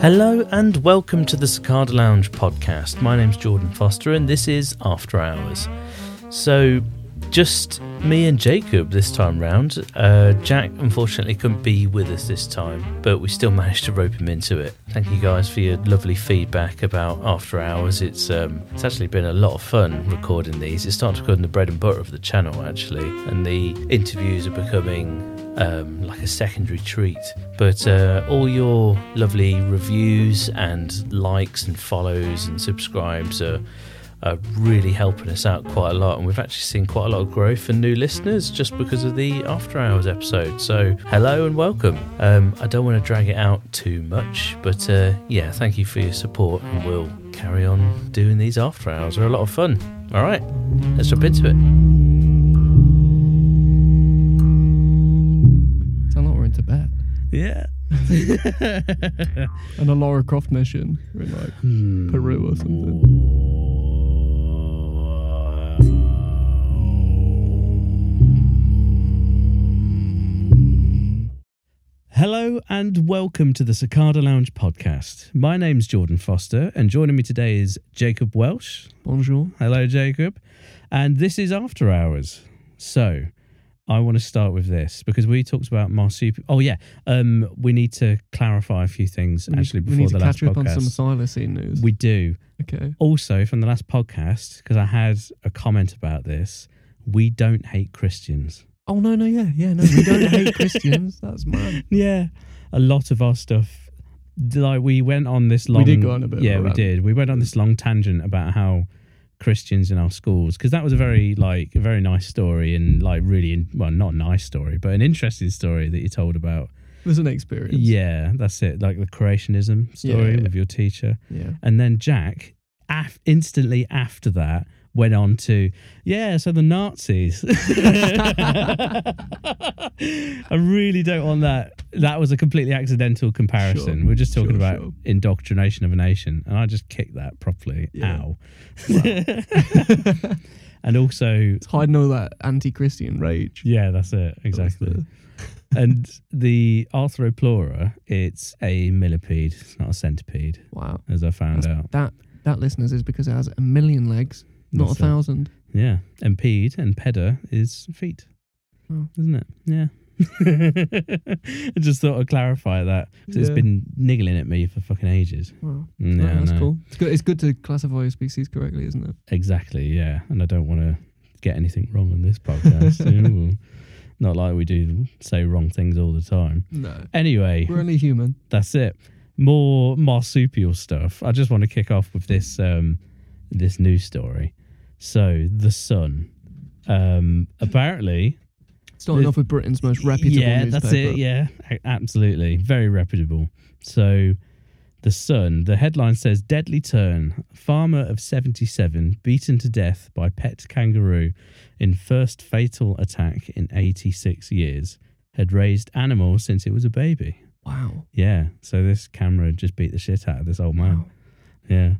Hello and welcome to the Cicada Lounge podcast. My name's Jordan Foster and this is After Hours. So, just me and Jacob this time round. Uh, Jack unfortunately couldn't be with us this time, but we still managed to rope him into it. Thank you guys for your lovely feedback about After Hours. It's um, it's actually been a lot of fun recording these. It's started becoming the bread and butter of the channel actually, and the interviews are becoming um, like a secondary treat. But uh, all your lovely reviews and likes and follows and subscribes are are really helping us out quite a lot. And we've actually seen quite a lot of growth and new listeners just because of the After Hours episode. So, hello and welcome. Um, I don't want to drag it out too much, but uh, yeah, thank you for your support. And we'll carry on doing these After Hours. They're a lot of fun. All right, let's jump into it. Sound like we're in Tibet. Yeah. And a Laura Croft mission. We're in like Hmm. Peru or something. Hello and welcome to the Cicada Lounge podcast. My name's Jordan Foster, and joining me today is Jacob Welsh. Bonjour. Hello, Jacob. And this is After Hours. So I want to start with this because we talked about marsupial. Oh, yeah. Um, we need to clarify a few things We need- actually we need before to the last catch up on some podcast. Asylum scene news. We do. okay. Also, from the last podcast, because I had a comment about this, we don't hate Christians. Oh no, no, yeah, yeah, no, we don't hate Christians. That's mad. Yeah, a lot of our stuff. Like we went on this long. We did go on a bit of a Yeah, we rant. did. We went on this long tangent about how Christians in our schools, because that was a very like a very nice story and like really in, well not a nice story, but an interesting story that you told about. It was an experience. Yeah, that's it. Like the creationism story Yeah, yeah. with your teacher. yeah. And then Jack, af- instantly after that, went on to, yeah, so the Nazis. I really don't want that. That was a completely accidental comparison. Sure, We're just talking sure, about sure. indoctrination of a nation. And I just kicked that properly. Yeah. Ow. and also, It's hiding all that anti-Christian rage. yeah, that's it. Exactly. and the Arthroplora, it's a millipede, it's not a centipede, Wow. as I found out. That that listeners is because it has a million legs, not That's a it. thousand. Yeah, and peed and peda is feet, Oh. isn't it? Yeah. I just thought I'd clarify that because it's Yeah. been niggling at me for fucking ages. Wow. Yeah, Right, that's no. cool. It's good. It's good to classify your species correctly, isn't it? Exactly. Yeah, and I don't want to get anything wrong on this podcast. Ooh. Not like we do say wrong things all the time. No. Anyway, We're only human. that's it. More marsupial stuff. I just want to kick off with this um, this news story. So the sun. Um, apparently, Starting The- off with Britain's most reputable yeah newspaper. that's it yeah A- absolutely very reputable so the sun the headline says deadly turn farmer of 77 beaten to death by pet kangaroo in first fatal attack in 86 years had raised animals since it was a baby Wow. yeah so this camera just beat the shit out of this old man Wow. yeah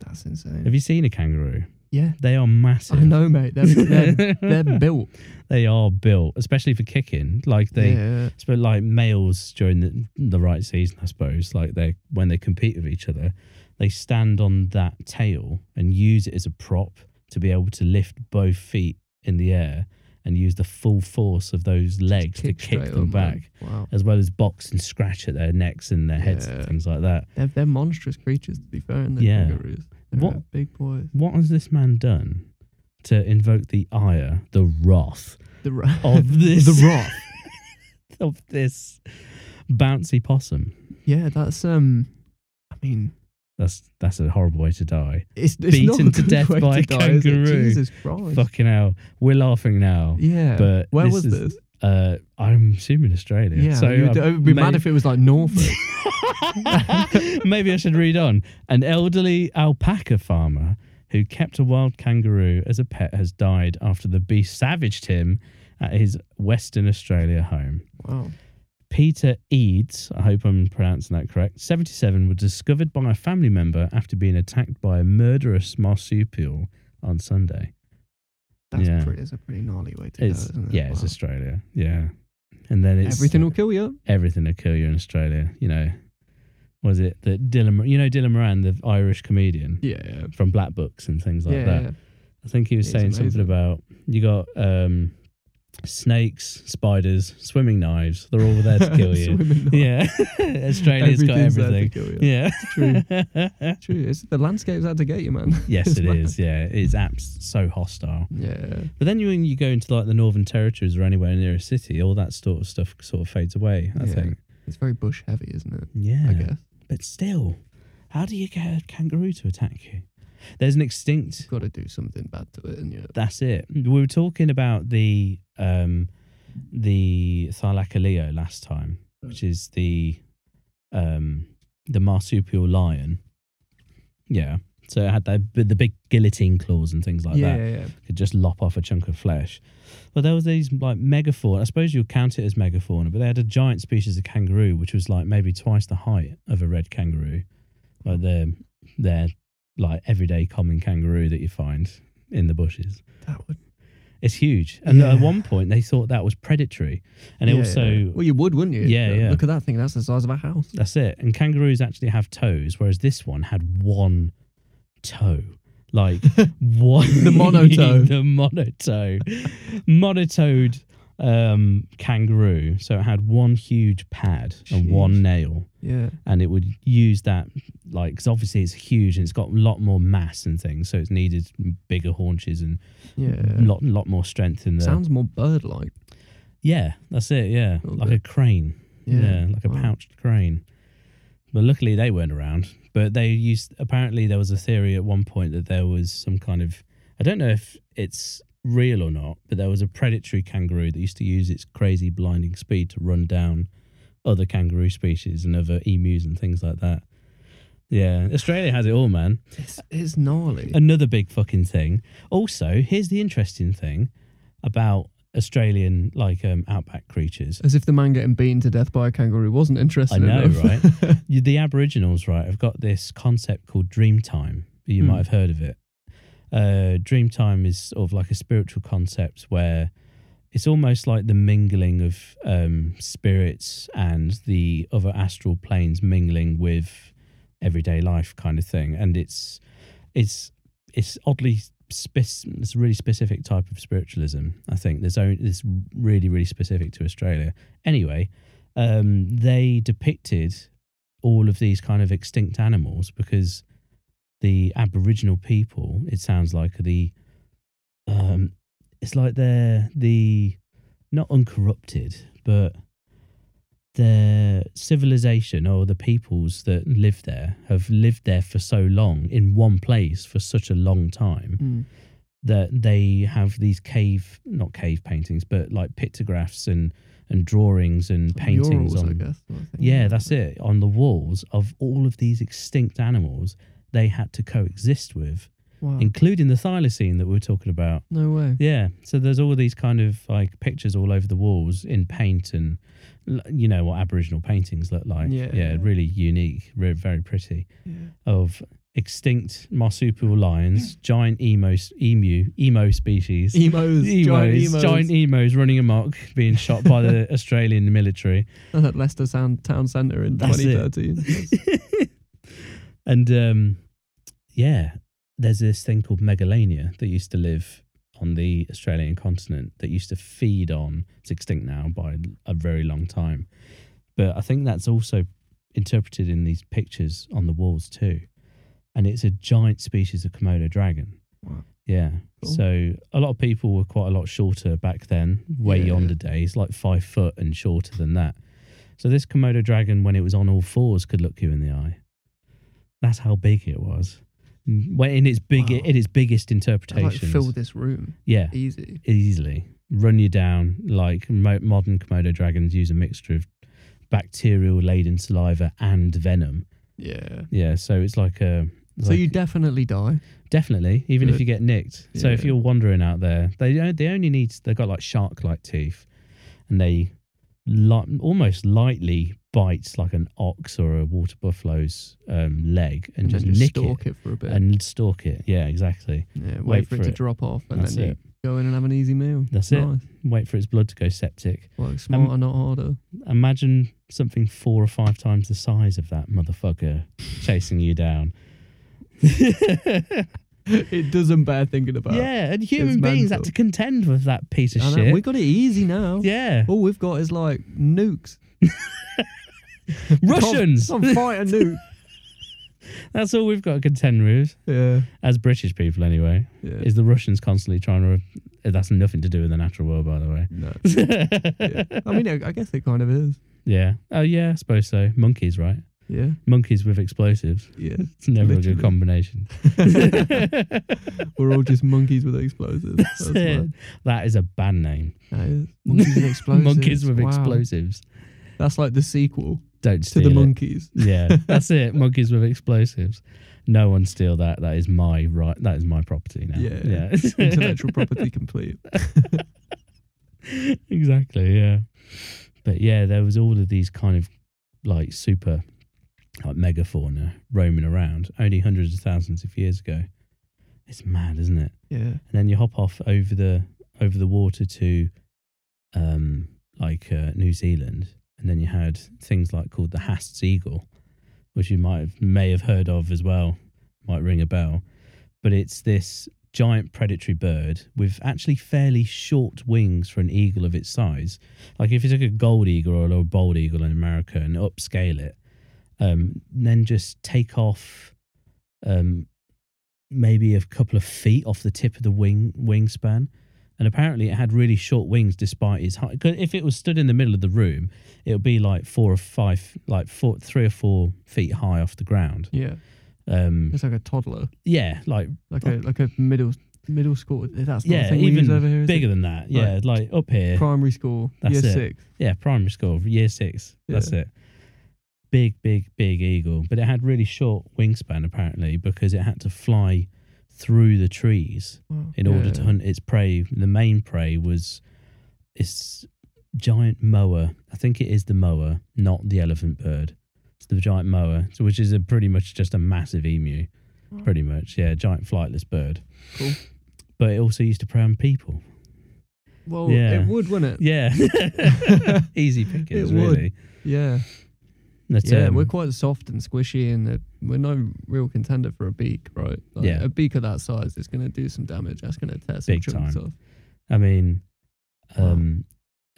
That's insane. have you seen a kangaroo yeah. they are massive I know, mate. They're, they're, they're built. they are built especially for kicking like they yeah. It's but like males during the, the right season, I suppose, like they when they compete with each other, they stand on that tail and use it as a prop to be able to lift both feet in the air and use the full force of those legs to kick straight them up, back, man. Wow. as well as box and scratch at their necks and their heads and Yeah. things like that. They're, they're monstrous creatures, to be fair, and they're Yeah. kangaroos. They're What- uh, big boys. What has this man done to invoke the ire, the wrath The ra- of this the rock. of this bouncy possum? Yeah, that's um. I mean, That's that's a horrible way to die. it's, it's not Beaten a to good death way by to a die, is it? kangaroo. Jesus Christ. Fucking hell. We're laughing now. Yeah. but where this was is- this? Uh, I'm assuming Australia. Yeah. so you'd, uh, it would be mad may- if it was like Norfolk. Maybe I should read on. An elderly alpaca farmer who kept a wild kangaroo as a pet has died after the beast savaged him at his Western Australia home. wow. Peter Eads, I hope I'm pronouncing that correct, 77, was discovered by a family member after being attacked by a murderous marsupial on Sunday. That's Yeah. pretty. That's a pretty gnarly way to It's, go, isn't it? yeah, wow. it's Australia. Yeah. And then it's everything will kill you. everything will kill you in Australia. You know, was it that Dylan? You know Dylan Moran, the Irish comedian Yeah, yeah, from Black Books and things like yeah, that. yeah. I think he was He's saying something amazing. about you got um, snakes, spiders, swimming knives. They're all there to kill you. Swimming knife. yeah, Australia's got Everything's there to everything. kill you. Yeah, True. True. It's, the landscape's out to get you, man. yes, It's it mad. is. Yeah, it's abs so hostile. Yeah. But then you, when you go into like the northern territories or anywhere near a city, all that sort of stuff sort of fades away. I Yeah. think. It's very bush heavy, isn't it? Yeah. I guess. But still, how do you get a kangaroo to attack you? There's an extinct. Got to do something bad to it, and yeah. That's it. We were talking about the um, the Thylacoleo last time, which is the um, the marsupial lion. Yeah. So it had that the big guillotine claws and things like yeah, that. yeah, yeah. Could just lop off a chunk of flesh. Well, there was these like megafauna. I suppose you'd count it as megafauna, but they had a giant species of kangaroo, which was like maybe twice the height of a red kangaroo, like their their like everyday common kangaroo that you find in the bushes. That would. It's huge. And Yeah. at one point, they thought that was predatory. And yeah, also, yeah. Well, you would, wouldn't you? Yeah, yeah. Look at that thing. That's the size of a house. that's it. And kangaroos actually have toes, whereas this one had one toe. Like one. The monotoe. the monotoe. Monotoed um, kangaroo. So it had one huge pad and Jeez. one nail. Yeah. And it would use that, like, because obviously it's huge and it's got a lot more mass and things. So it's needed bigger haunches and Yeah. a lot, lot more strength in the. Sounds more bird-like. Yeah, that's it. Yeah, Little like bit. a crane. Yeah, like a wow. pouched crane. But luckily they weren't around. But they used. Apparently there was a theory at one point that there was some kind of. I don't know if it's real or not, but there was a predatory kangaroo that used to use its crazy blinding speed to run down other kangaroo species and other emus and things like that. Yeah, Australia has it all, man. It's, it's gnarly. Another big fucking thing. Also, here's the interesting thing about Australian like um, outback creatures. As if the man getting beaten to death by a kangaroo wasn't I interested know, enough. right? You- the Aboriginals, right, have got this concept called dream time. You might Hmm. have heard of it. Uh, dream time is sort of like a spiritual concept where it's almost like the mingling of um, spirits and the other astral planes mingling with everyday life kind of thing. And it's it's it's oddly spec- it's a really specific type of spiritualism. I think there's only it's really really specific to Australia. Anyway, um, they depicted all of these kind of extinct animals because the Aboriginal people, it sounds like, are the um, it's like they're the not uncorrupted, but their civilization or the peoples that live there have lived there for so long in one place for such a long time Mm. that they have these cave not cave paintings but like pictographs and and drawings and paintings Murals, I on guess. I think. yeah, that's it. On the walls of all of these extinct animals they had to coexist with, Wow. including the thylacine that we were talking about. No way. Yeah, so there's all these kind of like pictures all over the walls in paint and l- you know what Aboriginal paintings look like. Yeah. yeah really unique, re- very pretty Yeah. of extinct marsupial lions, giant emo emu emo species. Emos, giant emos. giant emos running amok, being shot by the Australian military. at Leicester Sound Town Centre in That's it. 2013. and um, yeah, there's this thing called megalania that used to live on the Australian continent that used to feed on. It's extinct now by a very long time, but I think that's also interpreted in these pictures on the walls too. And it's a giant species of Komodo dragon. Wow. Yeah. Cool. So a lot of people were quite a lot shorter back then, way Yeah. yonder days, like five foot and shorter than that. So this Komodo dragon, when it was on all fours, could look you in the eye. That's how big it was. When in its big, Wow. in its biggest I'd like interpretations, fill this room yeah, easy. easily run you down. Like mo- modern Komodo dragons use a mixture of bacterial laden saliva and venom. Yeah. Yeah, so it's like a. it's So like- you definitely die. definitely, even if Good. you get nicked. So if Yeah. you're wandering out there, they don't- they only need they've got like shark like teeth, and they li- almost lightly bites like an ox or a water buffalo's um, leg and, just then nick stalk it. for a bit. it and stalk it. Yeah, exactly. yeah, wait, wait for, for it to it. drop off and That's then you it. go in and have an easy meal. That's it. nice. Um, Wait for its blood to go septic. Well, smarter, not harder. imagine something four or five times the size of that motherfucker chasing you down. It does them bear thinking about. yeah, and human it's beings mental. had to contend with that piece of I know, shit. we got it easy now. yeah, All we've got is like nukes. Russians. Can't, can't fight a nuke. That's all we've got to contend with yeah. as British people, anyway. Yeah. Is the Russians constantly trying to? That's nothing to do with the natural world, by the way. no. Yeah. I mean, I, I guess it kind of is. Yeah. Oh yeah, I suppose so. Monkeys, right? Yeah. Monkeys with explosives. Yeah. It's never a Literally. good combination. We're all just monkeys with explosives. That's, it. That is a band name. mad. That is. Monkeys with explosives. Monkeys with Wow. explosives. That's like the sequel Don't to steal the it. monkeys. yeah, that's it. Monkeys with explosives. No one steal that. That is my right. That is my property now. Yeah. Intellectual property complete. exactly. Yeah. But yeah, there was all of these kind of like super, like megafauna roaming around only hundreds of thousands of years ago. It's mad, isn't it? Yeah. and then you hop off over the over the water to um like uh, New Zealand and then you had things like called the Hast's eagle which you might have, may have heard of as well might ring a bell but it's this giant predatory bird with actually fairly short wings for an eagle of its size like if you took a gold eagle or a little bald eagle in America and upscale it um then just take off um maybe a couple of feet off the tip of the wing wingspan. And apparently, it had really short wings despite its height. 'Cause if it was stood in the middle of the room, it would be like four or five, like four, three or four feet high off the ground. Yeah. Um, It's like a toddler. yeah, like Like a like a middle middle school. That's not the Oh. yeah, thing we use even over here. is bigger it? than that. Yeah, Right. like up here. primary school. That's year it. six. Yeah, primary school, year six. That's it. Big, big, big eagle. But it had really short wingspan apparently because it had to fly through the trees Wow. in order Yeah. to hunt its prey. The main prey was this giant mower. I think it is the mower, not the elephant bird. It's the giant mower, so which is a pretty much just a massive emu, Oh. pretty much. Yeah, giant flightless bird. Cool. But it also used to prey on people. Well, Yeah. it would, wouldn't it? Yeah, easy pickings, It would. really. Yeah. But, yeah, um, we're quite soft and squishy, and uh, we're no real contender for a beak, right? Like, Yeah. a beak of that size is going to do some damage. That's going to tear some Big chunks time. off. I mean, Wow. um,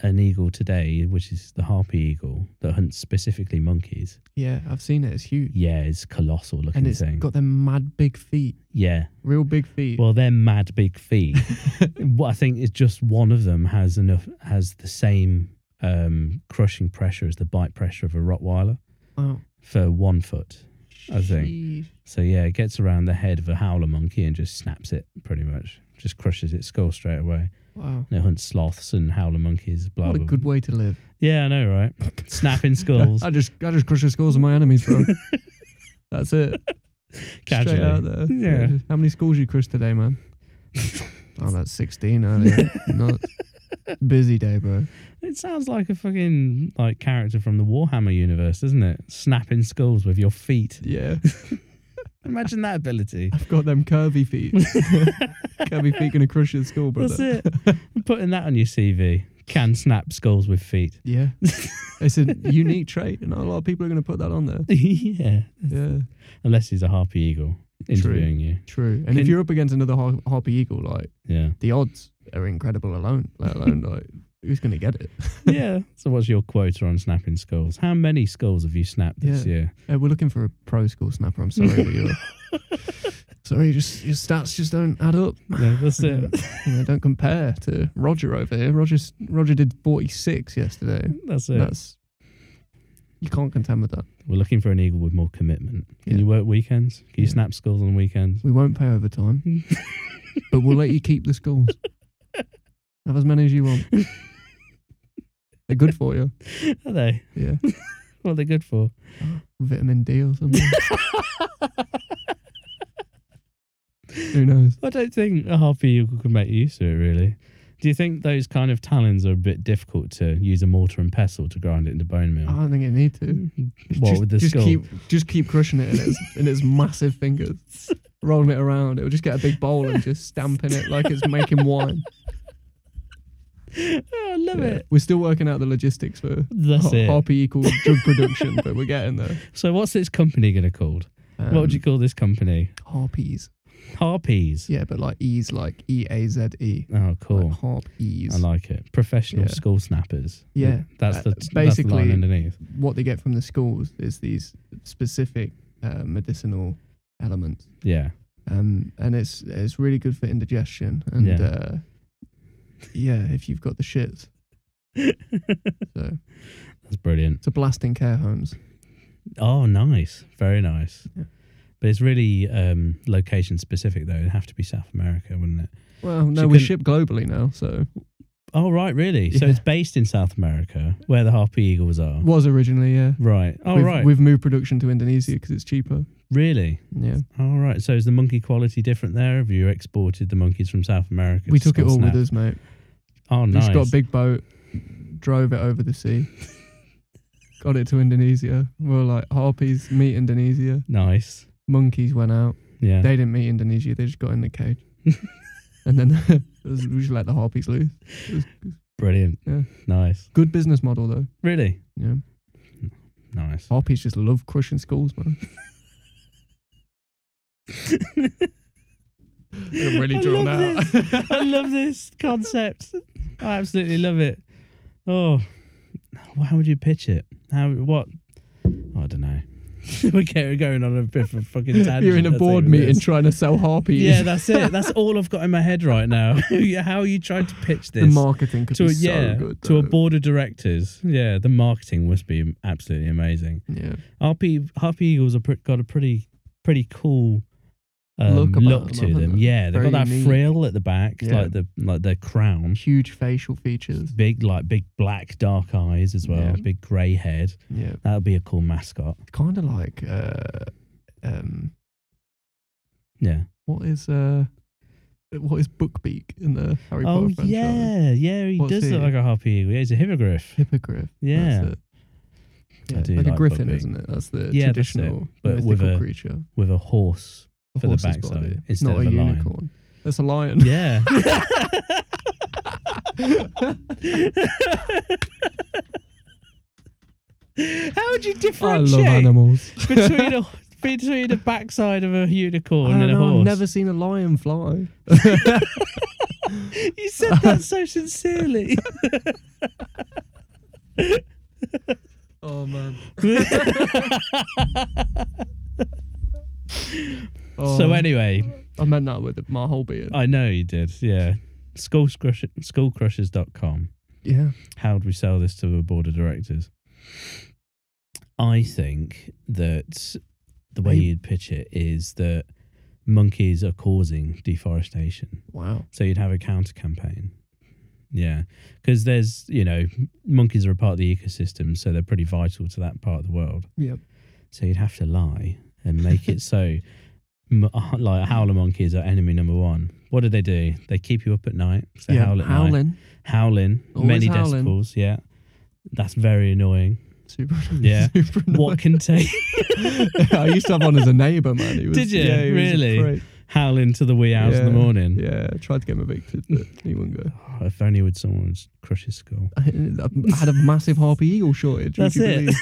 an eagle today, which is the harpy eagle that hunts specifically monkeys. Yeah, I've seen it. It's huge, Yeah, it's colossal looking and it's thing. got them mad big feet, yeah, real big feet. Well, they're mad big feet. what I think is just one of them has enough has the same um, crushing pressure as the bite pressure of a Rottweiler wow. for one foot. I think. Sheesh. So yeah, it gets around the head of a howler monkey and just snaps it pretty much. Just crushes its skull straight away. Wow. And it hunts sloths and howler monkeys. Blah What a blah. good way to live. yeah, I know, right? Snapping skulls I just, I just crush the skulls of my enemies, bro. That's it. casually. Straight out there. Yeah. just- How many skulls you crushed today, man? oh, that's sixteen earlier. Nuts. Busy day, bro. It sounds like a fucking like character from the Warhammer universe, doesn't it? Snapping skulls with your feet. Yeah. Imagine that ability. I've got them curvy feet. curvy feet gonna crush your skull, brother. That's it. I'm putting that on your CV. Can snap skulls with feet. Yeah. it's a unique trait, and not a lot of people are gonna put that on there. yeah. Yeah. Unless he's a harpy eagle interviewing you. True. And Can- if you're up against another har- harpy eagle, like Yeah. the odds are incredible alone, let alone like who's gonna get it? yeah. So what's your quota on snapping skulls? How many skulls have you snapped this Yeah. year? Uh, we're looking for a pro school snapper, I'm sorry, but you're sorry, just your stats just don't add up. No, that's it. You know, don't compare to Roger over here. Roger's, Roger did forty six yesterday. That's it. That's you can't contend with that. We're looking for an eagle with more commitment. Can Yeah. you work weekends? Can you Yeah. snap skulls on weekends? We won't pay overtime, but we'll let you keep the skulls. Have as many as you want. They're good for you. Are they? Yeah. What are they good for? Vitamin D or something. Who knows? I don't think a harpy eagle could make use of it really. Do you think those kind of talons are a bit difficult to use a mortar and pestle to grind it into bone meal? I don't think it need to. what Uh, just, with the just skull? keep just keep crushing it in its in its massive fingers, rolling it around. It'll just get a big bowl and just stamping it like it's making wine. Oh, I love Yeah. it. We're still working out the logistics for That's har- it. harpy equal drug production, but we're getting there. So what's this company gonna called? what would you Um, call this company? harpies? Harpies. Yeah, but like E's, like E A Z E. Oh, cool. Like harpies. I like it. Professional Yeah. school snappers. Yeah. That's Uh, the that's the line basically- underneath. what they get from the schools is these specific uh, medicinal elements, Yeah. um, and it's it's really good for indigestion and Yeah. yeah, uh, yeah if you've got the shits. that's So brilliant. it's a blast in care homes. Oh, nice. Very nice. Yeah. But it's really um, location specific, though. It'd have to be South America, wouldn't it? Well, no, She we couldn't- ship globally now, so Oh, right. Really? So Yeah. it's based in South America, where the Harpy Eagles are. was originally yeah. Right. Oh, we've, right. We've moved production to Indonesia because it's cheaper. Really? Yeah, All right. So is the monkey quality different there? Have you exported the monkeys from South America? we to took it all Scotland? with us, mate. Oh, We nice. Just got a big boat, drove it over the sea, got it to Indonesia. We were like harpies meet Indonesia. Nice. Monkeys went out. Yeah. They didn't meet Indonesia. They just got in the cage, and then it was- we just let the harpies loose. Brilliant. Yeah. Nice. Good business model though. Really? Yeah, Nice. harpies just love crushing schools, man. They're really I drawn love out. this. I love this concept. I absolutely love it. Oh, well, how would you pitch it? How? What? Oh, I don't know. We're getting- going on a bit of a fucking tangent. You're in a I think, board with meeting this. trying to sell harpies. Yeah, that's it. That's all I've got in my head right now. how are you trying to pitch the this marketing could to a, be yeah so good. to a though. board of directors? Yeah, the marketing must be absolutely amazing. Yeah. RP Harpy Eagles have pre- got a pretty pretty cool um, Look look, about them, to haven't them. they? Yeah, they've Very got that unique. frill at the back, Yeah. like the like their crown. Huge facial features. Big like big black dark eyes as well. Yeah. Big grey head. Yeah. That would be a cool mascot. Kind of like uh um Yeah. what is uh what is Bookbeak in the Harry oh Potter franchise? yeah, yeah. He What's does look he? like a harpy eagle. Yeah, he's a hippogriff. Hippogriff. Yeah. That's I it. Yeah, do like a like griffin, Buckbeak. isn't it? That's the Yeah, that's it, traditional but with mythical a- creature. with a horse. A for the horse's backside body. instead Not of a a, lion. unicorn. That's a lion. Yeah. How would you I differentiate? love animals. between a between the backside of a unicorn I and a have horse. never seen a lion fly. You said that so sincerely. Oh man. Oh. So Uh, anyway, I meant that with my whole beard. I know you did. Yeah. Schoolcrush schoolcrushers.com. yeah. How would we sell this to a board of directors? I think that the way Maybe- you'd pitch it is that monkeys are causing deforestation. Wow. So you'd have a counter campaign. Yeah. Because there's, you know, monkeys are a part of the ecosystem, so they're pretty vital to that part of the world. Yep. So you'd have to lie and make it so, m- like, howler monkeys are enemy number one. What do they do? They keep you up at night. So yeah. howl at night. Howling. Howling. Always many howling. decibels. Yeah. That's very annoying. Super. Yeah. Super What can take annoying. I used to have one as a neighbour, man. He was, Did you? Yeah, he was a Really? prick. howling to the wee hours in the Yeah. morning? Yeah. I tried to get him evicted, but he wouldn't go. Oh, if only would someone would crush his skull. I I had a massive harpy eagle shortage. would That's you it. believe?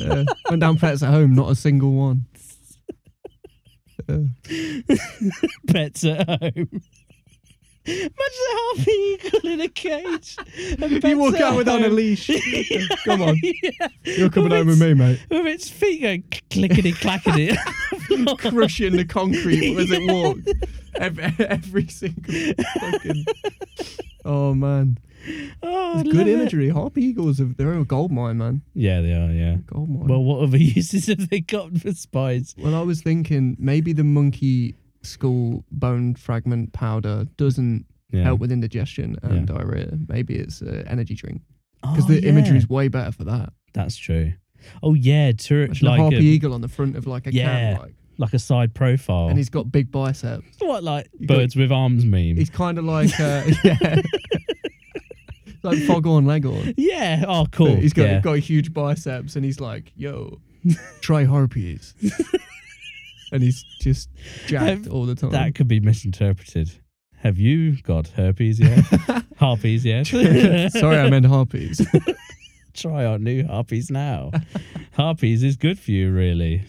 yeah. Went down pets at home, not a single one. Yeah. pets at home. Imagine a half eagle in a cage. and pets You walk at out without a home. leash. Come on. Yeah. You're coming home its- with me, mate. With its feet going clickety clackety. Oh, Crushing the concrete as it walks. Every, every single fucking. Oh, man. oh, I It's good love it. imagery. Harpy eagles, are, they're a gold mine, man. Yeah, they are. Yeah. Gold mine. Well, what other uses have they got for spies? Well, I was thinking maybe the monkey skull bone fragment powder doesn't Yeah. help with indigestion and Yeah. diarrhea. Maybe it's an energy drink oh, because the yeah. imagery is way better for that. That's true. Oh yeah, turret Imagine a like harpy a, eagle on the front of like a Yeah. can, like, like a side profile. and he's got big biceps. what like You got- birds with arms meme? He's kind of like uh, yeah, like Foghorn Leghorn. yeah. Oh But cool. He's got yeah. got huge biceps, and he's like, "Yo, try harpies," and he's just jacked all the time. That could be misinterpreted. Have you got herpes yet? harpies yet? Sorry, I meant harpies. Try our new harpies now. harpies is good for you, really.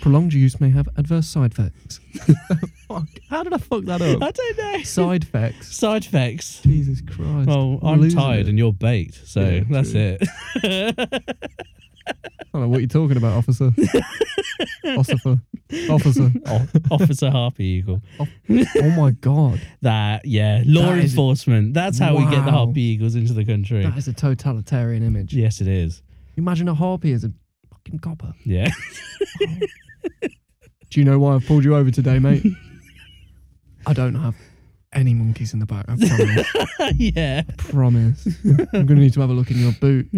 Prolonged use may have adverse side effects. Fuck, How did I fuck that up? I don't know. Side effects. Side effects. Jesus Christ. Well, I'm losing tired it. and you're baked, so Yeah, that's true. it. I don't know what you're talking about, officer. officer. Officer. O- Officer Harpy Eagle. Oh my God. That, yeah. Law That is- enforcement. That's how we get the Wow. Harpy Eagles into the country. That is a totalitarian image. yes, it is. Imagine a harpy as a fucking copper. Yeah. Do you know why I've pulled you over today, mate? I don't have any monkeys in the back. I promise. yeah. promise. I'm going to need to have a look in your boot.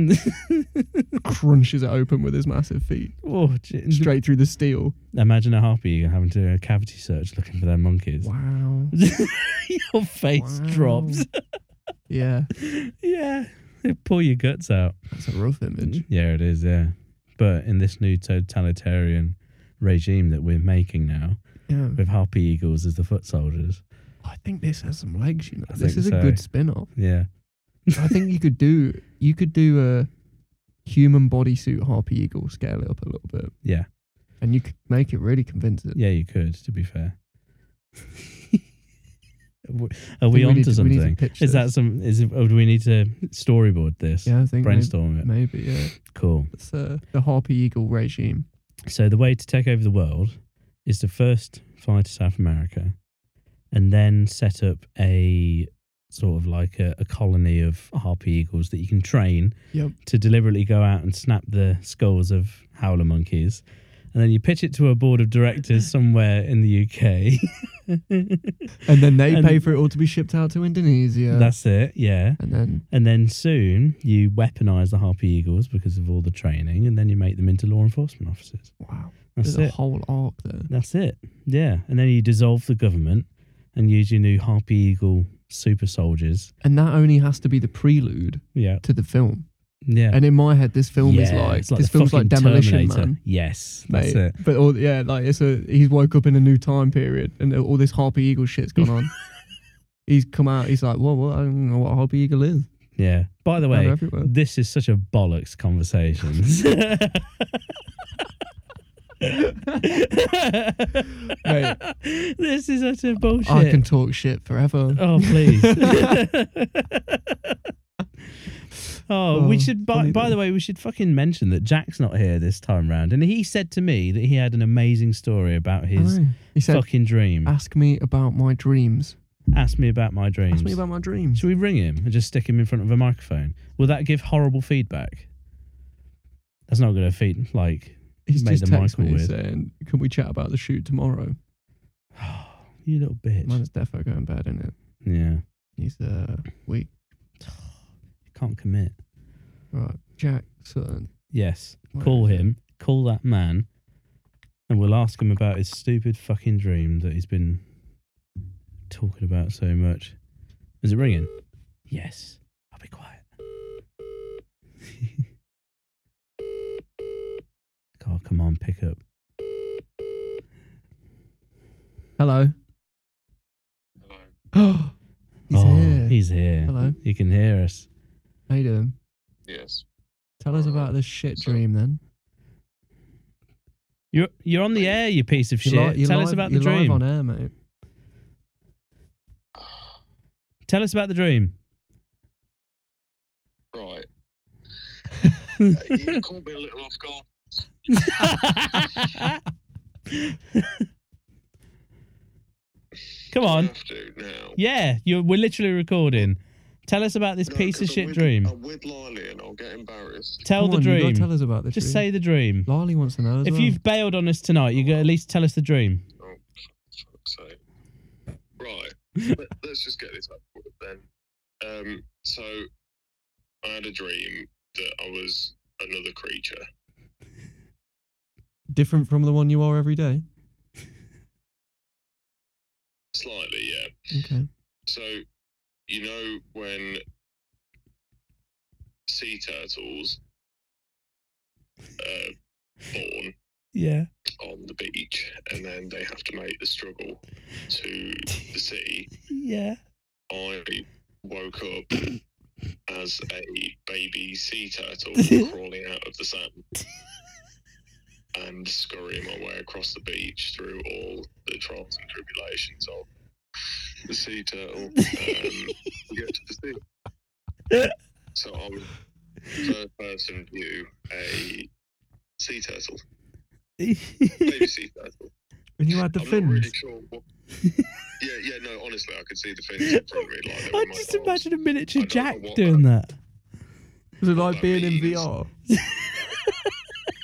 Crunches it open with his massive feet Oh, gee. straight through the steel. Imagine a Harpy Eagle having to do a cavity search looking for their monkeys. Wow. Your face Wow. drops. Yeah, Yeah. They pull your guts out. that's a rough image. Yeah, it is, yeah. But in this new totalitarian regime that we're making now, Yeah. with harpy eagles as the foot soldiers. I think this has some legs, you know. I This think is so. a good spin off. Yeah. I think you could do you could do a human bodysuit harpy eagle, scale it up a little bit. Yeah. And you could make it really convincing. Yeah, you could, to be fair. W- Are we onto think need to- need to something? pitch Is that this. some is it, or do we need to storyboard this? yeah? I think maybe, Brainstorm it. maybe yeah. Cool. It's uh, the harpy eagle regime. So the way to take over the world is to first fly to South America and then set up a sort of like a, a colony of harpy eagles that you can train Yep. to deliberately go out and snap the skulls of howler monkeys. And then you pitch it to a board of directors somewhere in the UK. And then they And- pay for it all to be shipped out to Indonesia. That's it, yeah. and then And then soon you weaponize the harpy eagles because of all the training, and then you make them into law enforcement officers. wow, That's there's it. a whole arc there. That's it. Yeah. And then you dissolve the government and use your new Harpy Eagle super soldiers. And that only has to be the prelude Yeah. to the film. Yeah. And in my head, this film is Yeah, like, it's like this the film's like fucking Demolition Terminator. Man. Yes. That's mate. it. But all, yeah, like it's a he's woke up in a new time period, and all this harpy eagle shit's gone on. he's come out. He's like, "What? What? I don't know what a harpy eagle is." Yeah. By the Now they're way, everywhere. this is such a bollocks conversation. Mate. This is such a bullshit. I can talk shit forever. Oh please. oh, we Oh, should by, funny by though. the way, we should fucking mention that Jack's not here this time round. And he said to me that he had an amazing story about I his know. he said, fucking dream. "Ask me about my dreams. Ask me about my dreams. Ask me about my dreams." should we ring him and just stick him in front of a microphone? Will that give horrible feedback? That's not gonna feed like He's made just the texted Michael me weird. saying, "Can we chat about the shoot tomorrow?" you little bitch. Mine's defo going bad in it. yeah. He's uh weak. You can't commit. Right, Jackson. Yes. Where Call is it? him. Call that man. And we'll ask him about his stupid fucking dream that he's been talking about so much. Is it ringing? Yes. I'll be quiet. oh, come on, pick up. Hello. Hello. he's oh, here. he's here. Hello. He can hear us. How you doing? Yes. Tell us about this shit So- dream then. You're you're on the air, you piece of shit. You're li- you're Tell us about live- the you're dream. Live on air, mate. Tell us about the dream. Right. you caught me a little off guard. Come on. You have to now. Yeah, you're, we're literally recording. Tell us about this No, piece of 'cause I'm shit with- dream. I'm with Lily and I'll get embarrassed. Tell Come the on, you gotta dream. Tell us about the Just dream. say the dream. Lolly wants to know. As If well. you've bailed on us tonight, you got at least tell us the dream. Oh, for fuck's sake. Right. Let, us just get this up with then. Um, so, I had a dream that I was another creature. different from the one you are every day. Slightly, yeah. Okay. So, you know when sea turtles uh, born Yeah. on the beach, and then they have to make the struggle to the sea. Yeah. I woke up as a baby sea turtle crawling out of the sand and scurrying my way across the beach through all the trials and tribulations of the sea turtle um, to get to the sea. So I was third person view a sea turtle, baby sea turtle. And you had the I'm fins. Not really sure what... yeah, yeah, no, honestly, I could see the fins in front of me. Like, they were I in my just arms. imagine a miniature I don't Jack know what doing that. Was it what like that being in means. VR?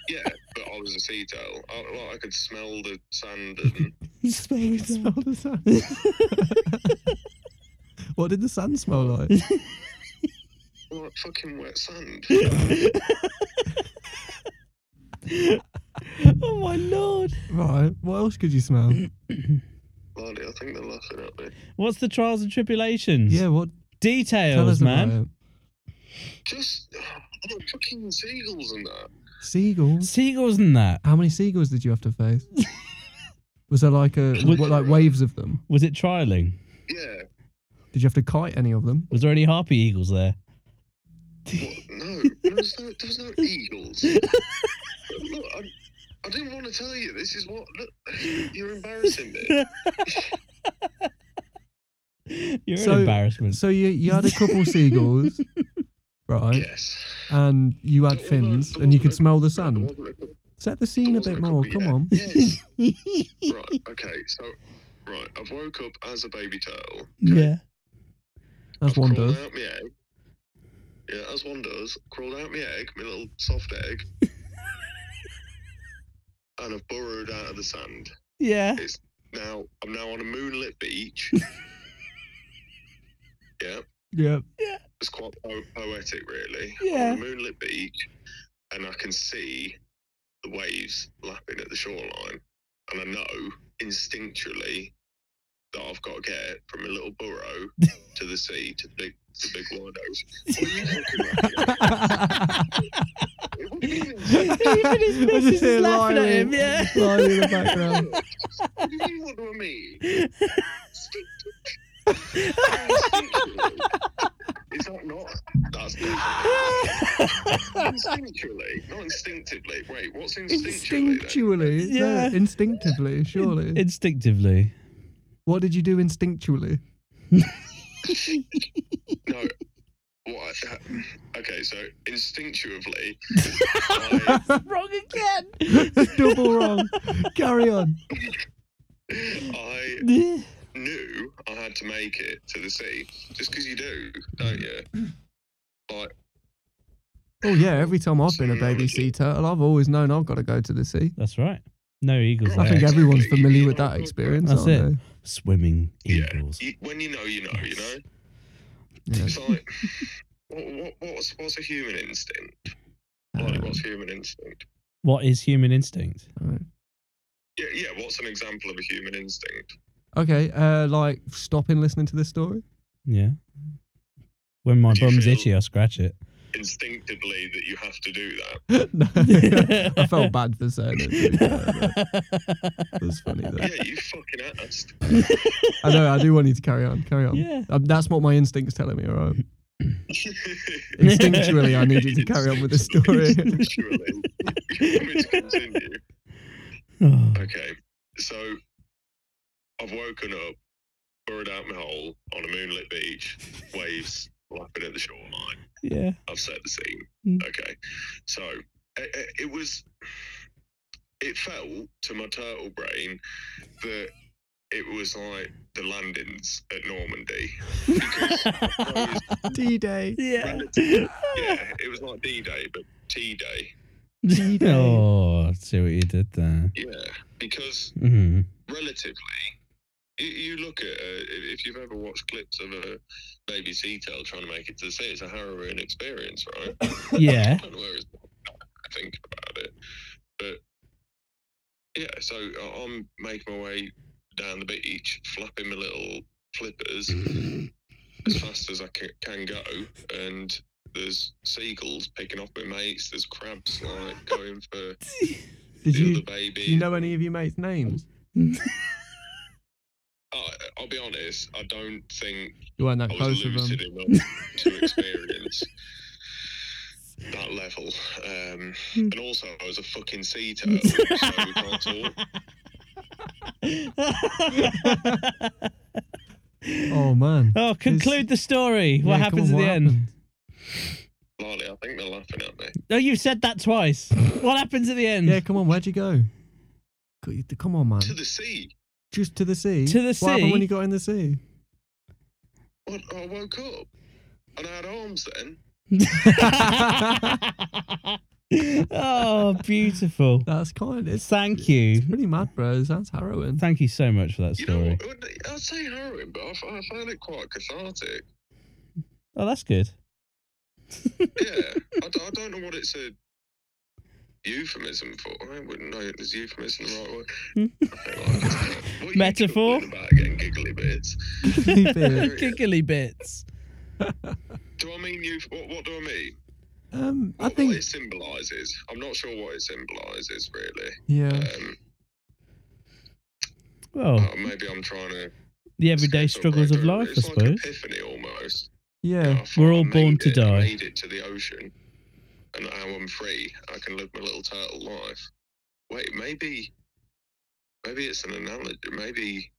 Yeah, but I was a sea turtle. I, like, I could smell the sand and Smell of Smell that. the sand. what did the sand smell like? like, fucking wet sand. oh my lord. Right. What else could you smell? Mm. Bloody, I think they're laughing at me. What's the trials and tribulations? Yeah. What? Tell Details, us man. about it. Just oh, fucking seagulls and that. Seagulls. Seagulls and that. How many seagulls did you have to face? Was there like a Would- what, like waves of them? Was it trialing? Yeah. Did you have to kite any of them? Was there any harpy eagles there? What? No, there was no, there was no eagles. Look, I, I didn't want to tell you. This is what. Look, you're embarrassing me. You're So- an embarrassment. So you you had a couple seagulls, right? Yes. And you had Don't worry, fins, don't and you worry. could smell the There sand. wasn't a- Set the scene a bit more. Come on. Yes. right. Okay. So, right. I've woke up as a baby turtle. Okay? yeah. That's I've one crawled does. Out my egg. Yeah, as one does. Crawled out my egg, my little soft egg. and I've burrowed out of the sand. Yeah. Now, I'm now on a moonlit beach. yeah. Yeah. It's quite po- poetic, really. Yeah. On a moonlit beach, and I can see the waves lapping at the shoreline, and I know instinctually that I've got to get from a little burrow to the sea to the big, to the big wide ocean. What are you talking about? What do you mean? Even his I missus just is hear laughing at him, Lionel- yeah. Lionel in the background. What do you mean? What do I mean? Instinctually. Is that not? That's instinctually, not instinctively. Wait, what's instinctually? then? Instinctually, yeah. Yeah. instinctively, surely. Instinctively. what did you do instinctually? No. What? I- Okay, so instinctively, I, Wrong again. Double wrong. Carry on. I knew I had to make it to the sea. Just because you do, don't you? Oh yeah, every time I've been a baby sea turtle, I've always known I've got to go to the sea. That's right. No eagles I there. think everyone's familiar with that experience, That's aren't it. they? Swimming Yeah. eagles. You- When you know, you know, you know? Yeah. It's like, what, what, what's, what's a human instinct? Like, Um, what's human instinct? What is human instinct? alright. Yeah, yeah, what's an example of a human instinct? Okay, uh, like stopping listening to this story. Yeah. When my Do you bum's feel- itchy, I scratch it. Instinctively, that you have to do that. no, I felt bad for saying it. to be fair, but That's funny though. Yeah, you fucking asked. I know. I do want you to carry on. Carry on. Yeah. Um, that's what my instincts telling me. All right. Instinctually, I need you to carry on with the story. Instinctually. You want me to continue? Oh. Okay, so I've woken up, burrowed out my hole on a moonlit beach, waves lapping at the shoreline. yeah. I've set the scene. Hmm. Mm. Okay, so it, it- it was, it felt to my turtle brain that it was like the landings at Normandy. Because those- D Day. Yeah. yeah, it was like D Day, but T Day. oh, I see what you did there. Yeah, because hmm relatively, you, you look at uh, if if you've ever watched clips of a baby sea turtle trying to make it to the sea, it's a harrowing experience, right? I Yeah. don't know where it's I think about it, but yeah. So I- I'm making my way down the beach, flapping my little flippers as fast as I ca- can go, and there's seagulls picking off my mates. There's crabs like going for Did the you- other baby. Do you know any of your mates' names? I, I'll be honest. I don't think You weren't that I was close with them. lucid enough to experience that level. Um, and also, I was a fucking sea turtle, so we can't talk. Oh man. oh, conclude the story. Yeah, what come happens at on, the what end? happened? Lightly, I think they're laughing at me. No, Oh, you've said that twice. what happens at the end? Yeah, come on. Where'd you go? Co- you- Come on, man. To the sea. Just to the sea. To the What happened when sea? you got in the sea? What, I woke up and I had arms then. oh, beautiful. That's kind. It's Thank you. pretty mad, bro. It sounds harrowing. Thank you so much for that You know story. what? I'd say harrowing, but I, f- I found it quite cathartic. Oh, that's good. Yeah. I, d- I don't know what it's a euphemism for. I wouldn't know if there's euphemism the right word. uh, What are you Metaphor? talking About again, giggly bits. Period. Giggly bits. Do I mean you? What, what do I mean? um, I What, think. what it symbolises. I'm not sure what it symbolises really. Yeah. Um, Well, uh, maybe I'm trying to. the Oh. everyday escape struggles of Oprah. life, I It's like suppose. Epiphany almost. Yeah. I thought We're all I made born to it, I die. made it to the ocean, and now I'm free. I can live my little turtle life. Wait, maybe, maybe it's an analogy. Maybe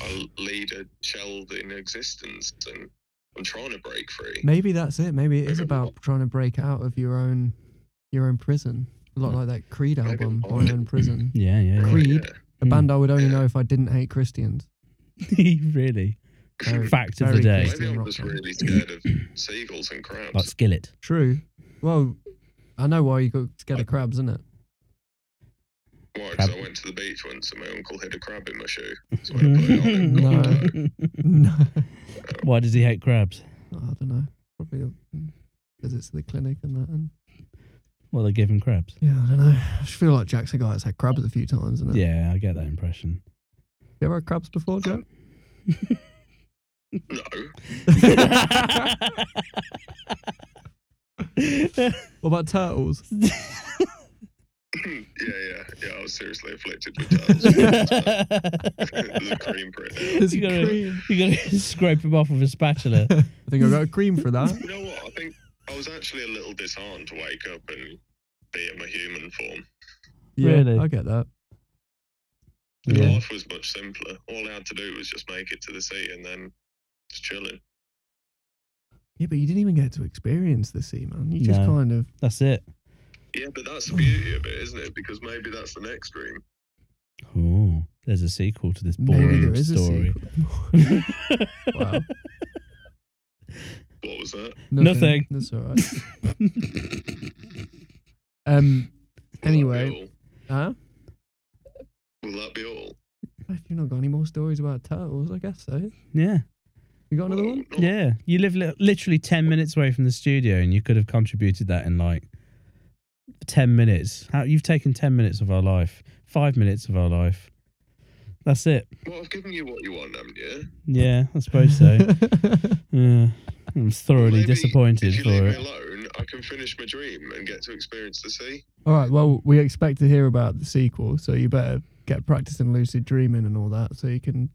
I lead a shelled in existence, and I'm trying to break free. Maybe that's it. Maybe it is Maybe I'm about trying to break out of your own, your own prison. A lot like that Creed Maybe album, I'm My Own Prison. Yeah, yeah. Right, Creed. A Mm. band I would only know if I didn't hate Christians. yeah. really. Very- Fact of the very day. Christian Maybe I'm rock just band. really scared of seagulls and Like crabs. Skillet. True. Well, I know why you got scared of crabs, isn't it? Why? Because Crab. I went to the beach once and my uncle hid a crab in my shoe. So I put it on and got No. it. No, Why does he hate crabs? I don't know. Probably um, visits to the clinic and that. And Well, they give him crabs. yeah, I don't know. I just feel like Jack's a guy that's had crabs a few times, isn't it? Yeah, I get that impression. You ever had crabs before, Jack? No. What about turtles? yeah, yeah, yeah. I was seriously afflicted with turtles. There's a cream for it. now. There's You gotta- cream. you gotta scrape him off with a spatula. I think I got a cream for that. You know what? I think I was actually a little disheartened to wake up and be in my human form. Yeah, Really? I get that. Yeah. Life was much simpler. All I had to do was just make it to the sea and then just chilling. Yeah, but you didn't even get to experience the sea, man. You just No. kind of That's it. Yeah, but that's the beauty of it, isn't it? Because maybe that's the next dream. Oh, there's a sequel to this boring maybe there is story. a sequel. wow, nothing. What was that? Nothing. That's all right. Um. Anyway, huh? Will that be all? Will that be all? If you've not got any more stories about turtles, I guess so. yeah, You got another Well, one? not yeah. You live li- literally ten minutes away from the studio, and you could have contributed that in like ten minutes. How you've taken ten minutes of our life, five minutes of our life. That's it. Well, I've given you what you want, haven't you? Yeah, I suppose so. yeah, I'm thoroughly Maybe disappointed if you for leave it. me alone, I can finish my dream and get to experience the sea. all right. Well, we expect to hear about the sequel, so you better get practicing lucid dreaming and all that, so you can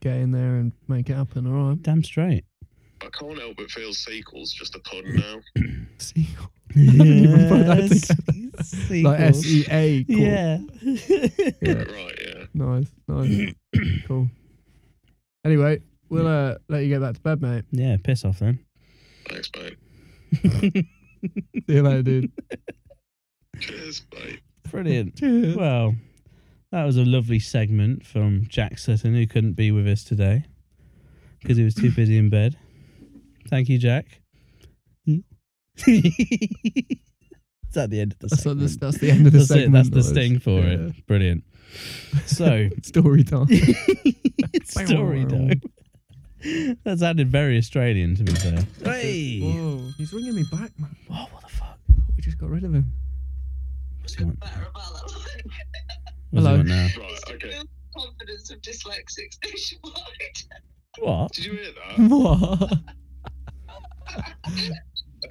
get in there and make it happen. All right. Damn straight. I can't help but feel sequel's just a pun now. Sequel. didn't even put that Yes, Like sequels. S E A. cool. Yeah. Yeah. Right, yeah. Nice. Nice. cool. Anyway, we'll uh, let you get back to bed, mate. yeah, piss off then. Thanks, mate. See you later, dude. Cheers, mate. Brilliant. Cheers. Well, that was a lovely segment from Jack Sutton, who couldn't be with us today because he was too busy in bed. Thank you, Jack. Hmm? it's at the end of the That's, segment. the, that's the end of the That's it. segment. That's the guys. sting for Yeah. it. Brilliant. So, Story time. it's story time. That sounded very Australian, to be fair. Hey! Whoa, he's ringing me back, man. Oh, what the fuck? We just got rid of him. What's he want? What's Hello. he want now? Right, okay. confidence of dyslexics nationwide. What? Did you hear that? What?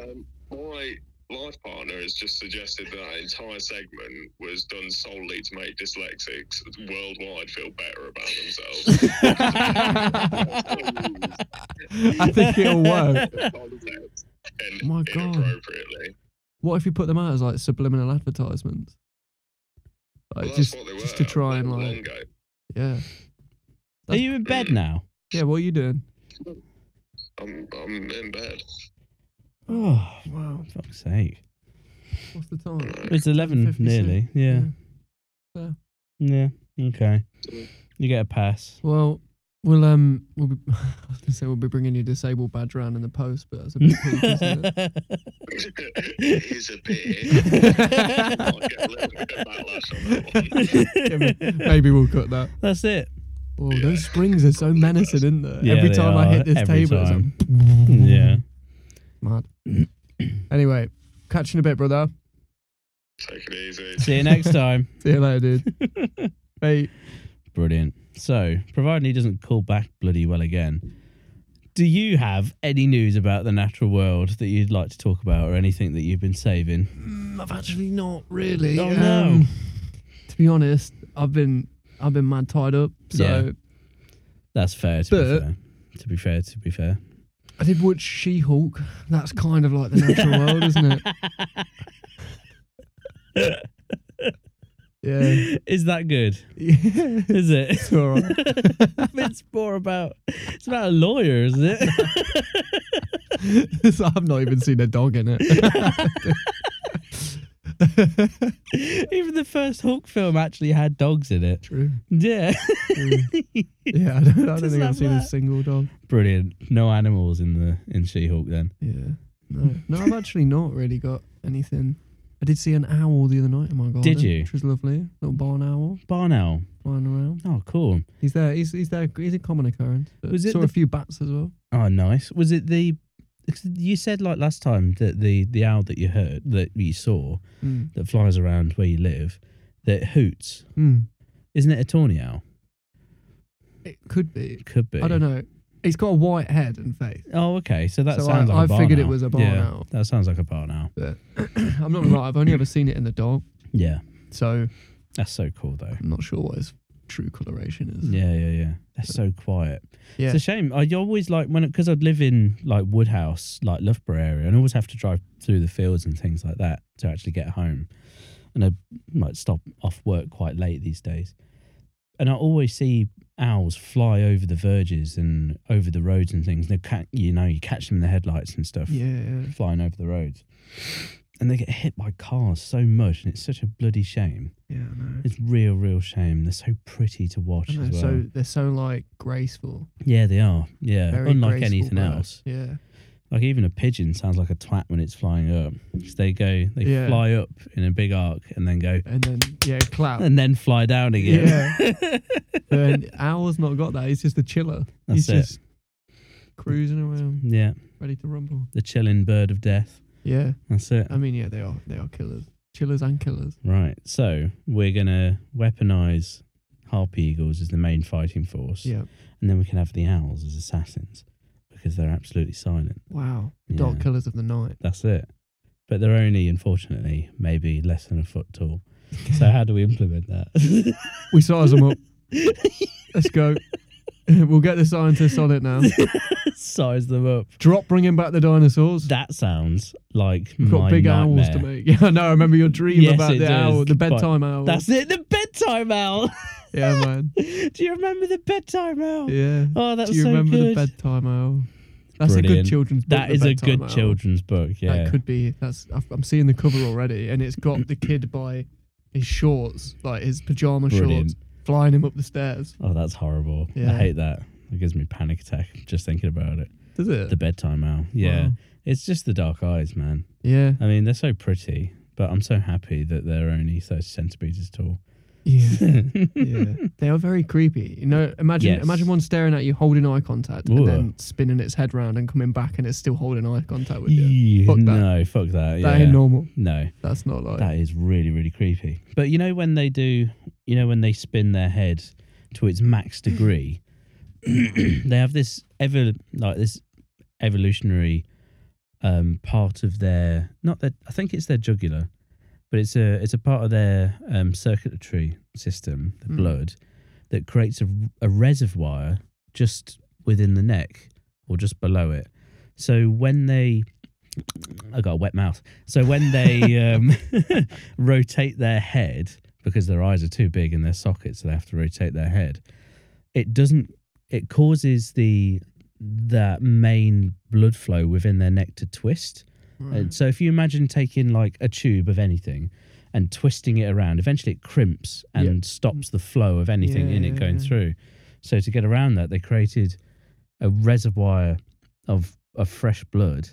Um, my life partner has just suggested that, that entire segment was done solely to make dyslexics worldwide feel better about themselves. I think it'll work. Context and My God. inappropriately. What if you put them out as like subliminal advertisements? Like Well, that's just, what they just were, to try not and long like, ago. yeah, Are you in bed now? yeah. What are you doing? I'm, I'm in bed. Oh, Wow, fuck's sake. what's the time? It's 11 56. nearly. Yeah. Yeah. Yeah. Okay. You get a pass. Well, we'll um, we'll be. I was gonna say we'll be bringing your disabled badge round in the post, but that's a big peak, isn't it? Here's a bit. Might get a little bit of backlash on that one. Maybe we'll cut that. That's it. Whoa, those springs are so menacing, isn't they? Yeah, every they time I are, hit this every table, it's time. like, Yeah. mad. anyway, catch you in a bit, brother. Take it easy. See you next time. See you later, dude. Hey, Brilliant. So, providing he doesn't call back bloody well again, do you have any news about the natural world that you'd like to talk about or anything that you've been saving? I've actually not really. Oh, no. um, To be honest, I've been I've been mad tied up. So Yeah. That's fair, to But- be fair. To be fair, to be fair. I did watch She Hulk. That's kind of like the natural world, isn't it? yeah. Is that good? Yeah. Is it? It's all right. it's more about it's about a lawyer, isn't it? So I've not even seen a dog in it. Even the first Hulk film actually had dogs in it. True. Yeah. true. Yeah, I don't, I don't Just think like I've seen a that. single dog. Brilliant. No animals in the in She-Hulk then. Yeah. No, no, I've actually not really got anything. I did see an owl the other night in my garden. you? Which was lovely. Little barn owl Barn owl. flying around. Oh, cool. He's there. He's, he's there. He's a common occurrence. But Was it saw the- a few bats as well. Oh, nice. Was it the? 'cause You said like last time that the the owl that you heard that you saw Mm. that flies around where you live that hoots. Mm. Isn't it a tawny owl? It could be. It could be. I don't know. He's got a white head and face. Oh, okay. So that So sounds I- like a I barn figured it owl. was a barn yeah, owl. That sounds like a barn owl. But I'm not right. I've only ever seen it in the dark. Yeah, So that's so cool though. I'm not sure what his true coloration is. Yeah, yeah, yeah. That's so quiet. Yeah. It's a shame. I always like when because I'd live in like Woodhouse, like Loughborough area, and I always have to drive through the fields and things like that to actually get home. And I might stop off work quite late these days, and I always see owls fly over the verges and over the roads and things. They ca- you know, you catch them in the headlights and stuff Yeah. flying over the roads, and they get hit by cars so much, and it's such a bloody shame. Yeah. I know. It's real, real shame. They're so pretty to watch I know, as well. So they're so like graceful. yeah, they are. Yeah, Very unlike graceful anything bird. else. Yeah. Like even a pigeon sounds like a twat when it's flying up. 'Cause they go, they Yeah. fly up in a big arc and then go, And then yeah, clap. and then fly down again. Yeah. and Owl's not got that. He's just a chiller. That's He's it. just cruising around, yeah, ready to rumble. the chilling bird of death. Yeah. That's it. I mean, yeah, they are they are killers. Chillers and killers. Right. So we're gonna weaponize harpy eagles as the main fighting force, Yeah. and then we can have the owls as assassins because they're absolutely silent. Wow. The Yeah. Dark killers of the night. That's it. But they're only, unfortunately, maybe less than a foot tall. So how do we implement that? We size them up. Let's go. we'll get the scientists on it now. Size them up. Drop bringing back the dinosaurs. That sounds like We've my got big nightmare. owls to make. Yeah, I know. I remember your dream Yes, about it the does. owl, the Quite- bedtime owl. That's it, the bedtime owl. yeah, man. Do you remember the bedtime owl? Yeah. Oh, that's Do you so remember good. the bedtime owl? That's a Brilliant. good children's book. that The is a Bedtime good Owl. children's book. Yeah, That could be. That's. I've- I'm seeing the cover already, and it's got the kid by his shorts, like his pajama Brilliant. shorts, flying him up the stairs. Oh, that's horrible. I Yeah. hate that. It gives me panic attack just thinking about it. Does it? The bedtime owl. Yeah, Wow. it's just the dark eyes, man. Yeah. I mean, they're so pretty, but I'm so happy that they're only thirty centimeters tall. Yeah. yeah. They are very creepy. You know, imagine Yes. imagine one staring at you, holding eye contact, Ooh. and then spinning its head round and coming back, and it's still holding eye contact with you. Ew, Fuck that. no, fuck that. That yeah. ain't normal. no, That's not like. That is really, really creepy. But you know when they do, you know when they spin their head to its max degree, they have this ever like this evolutionary um, part of their not their I think it's their jugular, but it's a it's a part of their um, circulatory system, the Mm. blood, that creates a, a reservoir just within the neck or just below it. So when they I got a wet mouth. So when they um, rotate their head because their eyes are too big in their sockets, so they have to rotate their head. It doesn't. It causes the that main blood flow within their neck to twist. Mm. And so if you imagine taking like a tube of anything and twisting it around, eventually it crimps and Yeah. stops the flow of anything Yeah, in yeah, it going yeah. through. So to get around that, they created a reservoir of of fresh blood,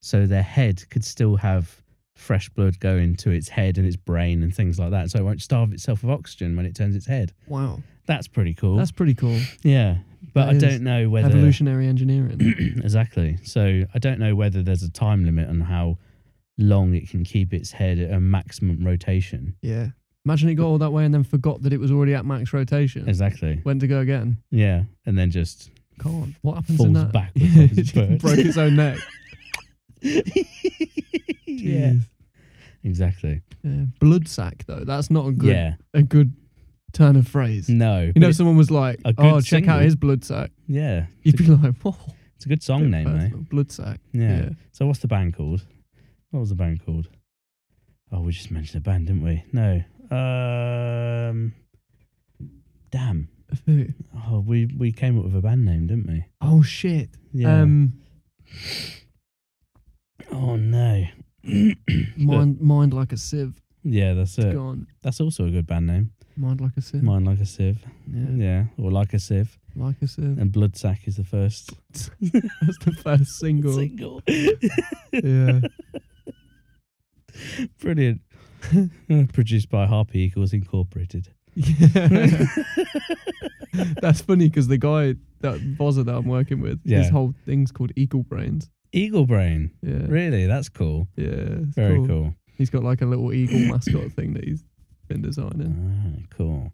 so their head could still have fresh blood going to its head and its brain and things like that. So it won't starve itself of oxygen when it turns its head. Wow, That's pretty cool. that's pretty cool. yeah, but that I is don't know whether Evolutionary engineering. exactly. So I don't know whether there's a time limit on how long it can keep its head at a maximum rotation. yeah. Imagine it got all that way and then forgot that it was already at max rotation. Exactly. Went to go again. Yeah, and then just Can't. What happens Falls in that? backwards Yeah, off his it bird. broke its own neck. yeah, Jeez. exactly. Yeah. Blood sack though. That's not a good Yeah, a good turn of phrase. no, You but know, it's- someone was like, a "Oh, good check single. out his blood sack." yeah, You'd be like, "Whoa, it's a good song bit name, though. personal, blood sack." Yeah. Yeah. So what's the band called? What was the band called? Oh, we just mentioned the band, didn't we? No. Um. Damn. Who? Oh, we we came up with a band name, didn't we? Oh shit. Yeah. Um, oh no. mind, mind like a sieve. yeah, that's It's it. gone. That's also a good band name. Mind like a sieve. Mine like a sieve. Yeah. Yeah, or like a sieve. Like a sieve. And Bloodsack is the first That's the first single. single. yeah. Brilliant. Produced by Harpy Eagles Incorporated. yeah. That's funny because the guy that Bozza that I'm working with, his Yeah. whole thing's called Eagle Brains. Eagle Brain. Yeah. Really? That's cool. Yeah. it's Very cool. cool. He's got like a little eagle mascot thing that he's been designing. Ah, cool.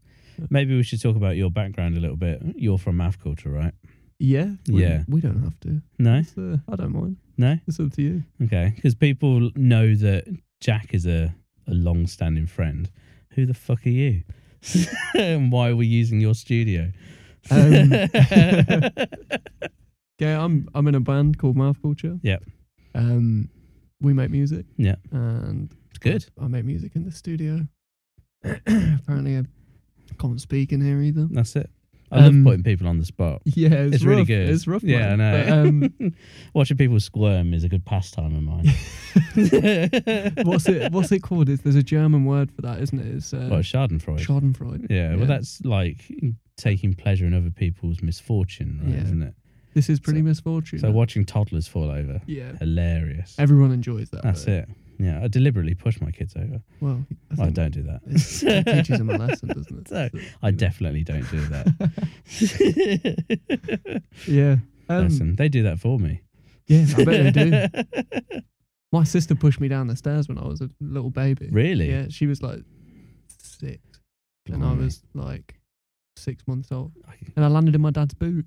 Maybe we should talk about your background a little bit. You're from math culture, right? Yeah. We, Yeah. We don't have to. No, It's, uh, I don't mind. no. It's up to you. Okay, because people know that Jack is a a long-standing friend. Who the fuck are you? and why are we using your studio? Um, Yeah, I'm I'm in a band called Mouth Culture. Yep. Um, we make music. Yeah. And it's good. I make music in the studio. Apparently, I can't speak in here either. That's it. I Um, love putting people on the spot. Yeah, it's, It's really rough. good. It's rough. Yeah, man. I But, know. um, Watching people squirm is a good pastime of mine. what's it? What's it called? It's, there's a German word for that, isn't it? It's uh, Well, Schadenfreude. Schadenfreude. yeah, yeah. well, that's like taking pleasure in other people's misfortune, right, Yeah. isn't it? This is pretty So- misfortune. So watching toddlers fall over, Yeah, hilarious. everyone enjoys that. That's though. it. Yeah, I deliberately push my kids over. Well, Well, I, I think don't do it's- It teaches them a that. lesson, doesn't it? So, So, I you know. definitely don't do that. Yeah. Um, Listen, they do that for me. yeah, I bet they do. My sister pushed me down the stairs when I was a little baby. Really? Yeah, she was like six, and I Blimey. was like six months old, and I landed in my dad's boot